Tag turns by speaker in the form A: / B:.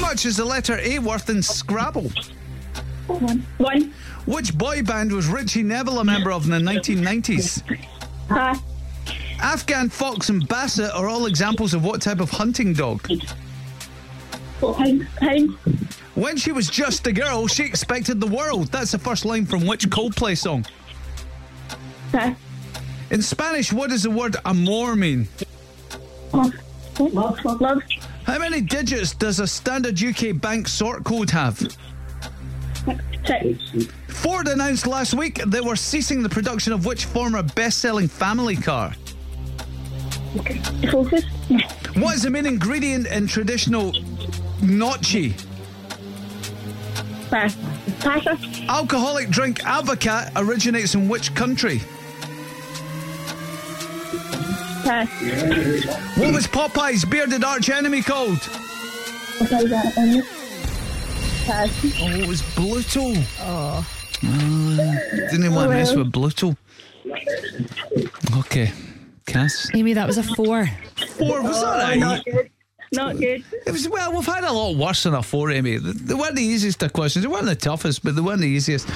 A: much is the letter A worth in Scrabble?
B: One. One.
A: Which boy band was Richie Neville a member of in the 1990s?
B: Pass.
A: Afghan fox and basset are all examples of what type of hunting dog?
B: Four. Hound. Hound.
A: When she was just a girl, she expected the world. That's the first line from which Coldplay song?
B: Pass.
A: In Spanish, what does the word amor mean?
B: Love. Love. Love.
A: How many digits does a standard UK bank sort code have?
B: Six.
A: Ford announced last week they were ceasing the production of which former best selling family car?
B: Focus.
A: What is the main ingredient in traditional gnocchi?
B: Pass. Passer.
A: Alcoholic drink Avocat originates in which country?
B: Pass.
A: What was Popeye's bearded arch enemy called? Oh,
B: Okay, that one. Pass.
A: Oh, it was Bluto. Oh. didn't even want to mess with Bluto. Okay. Cass?
C: Amy, that was a four.
A: Four, was that right?
B: Not good. Not good.
A: Oh, It was well. We've had a lot worse than a four, Amy. They weren't the easiest of questions. They weren't the toughest, but they weren't the easiest.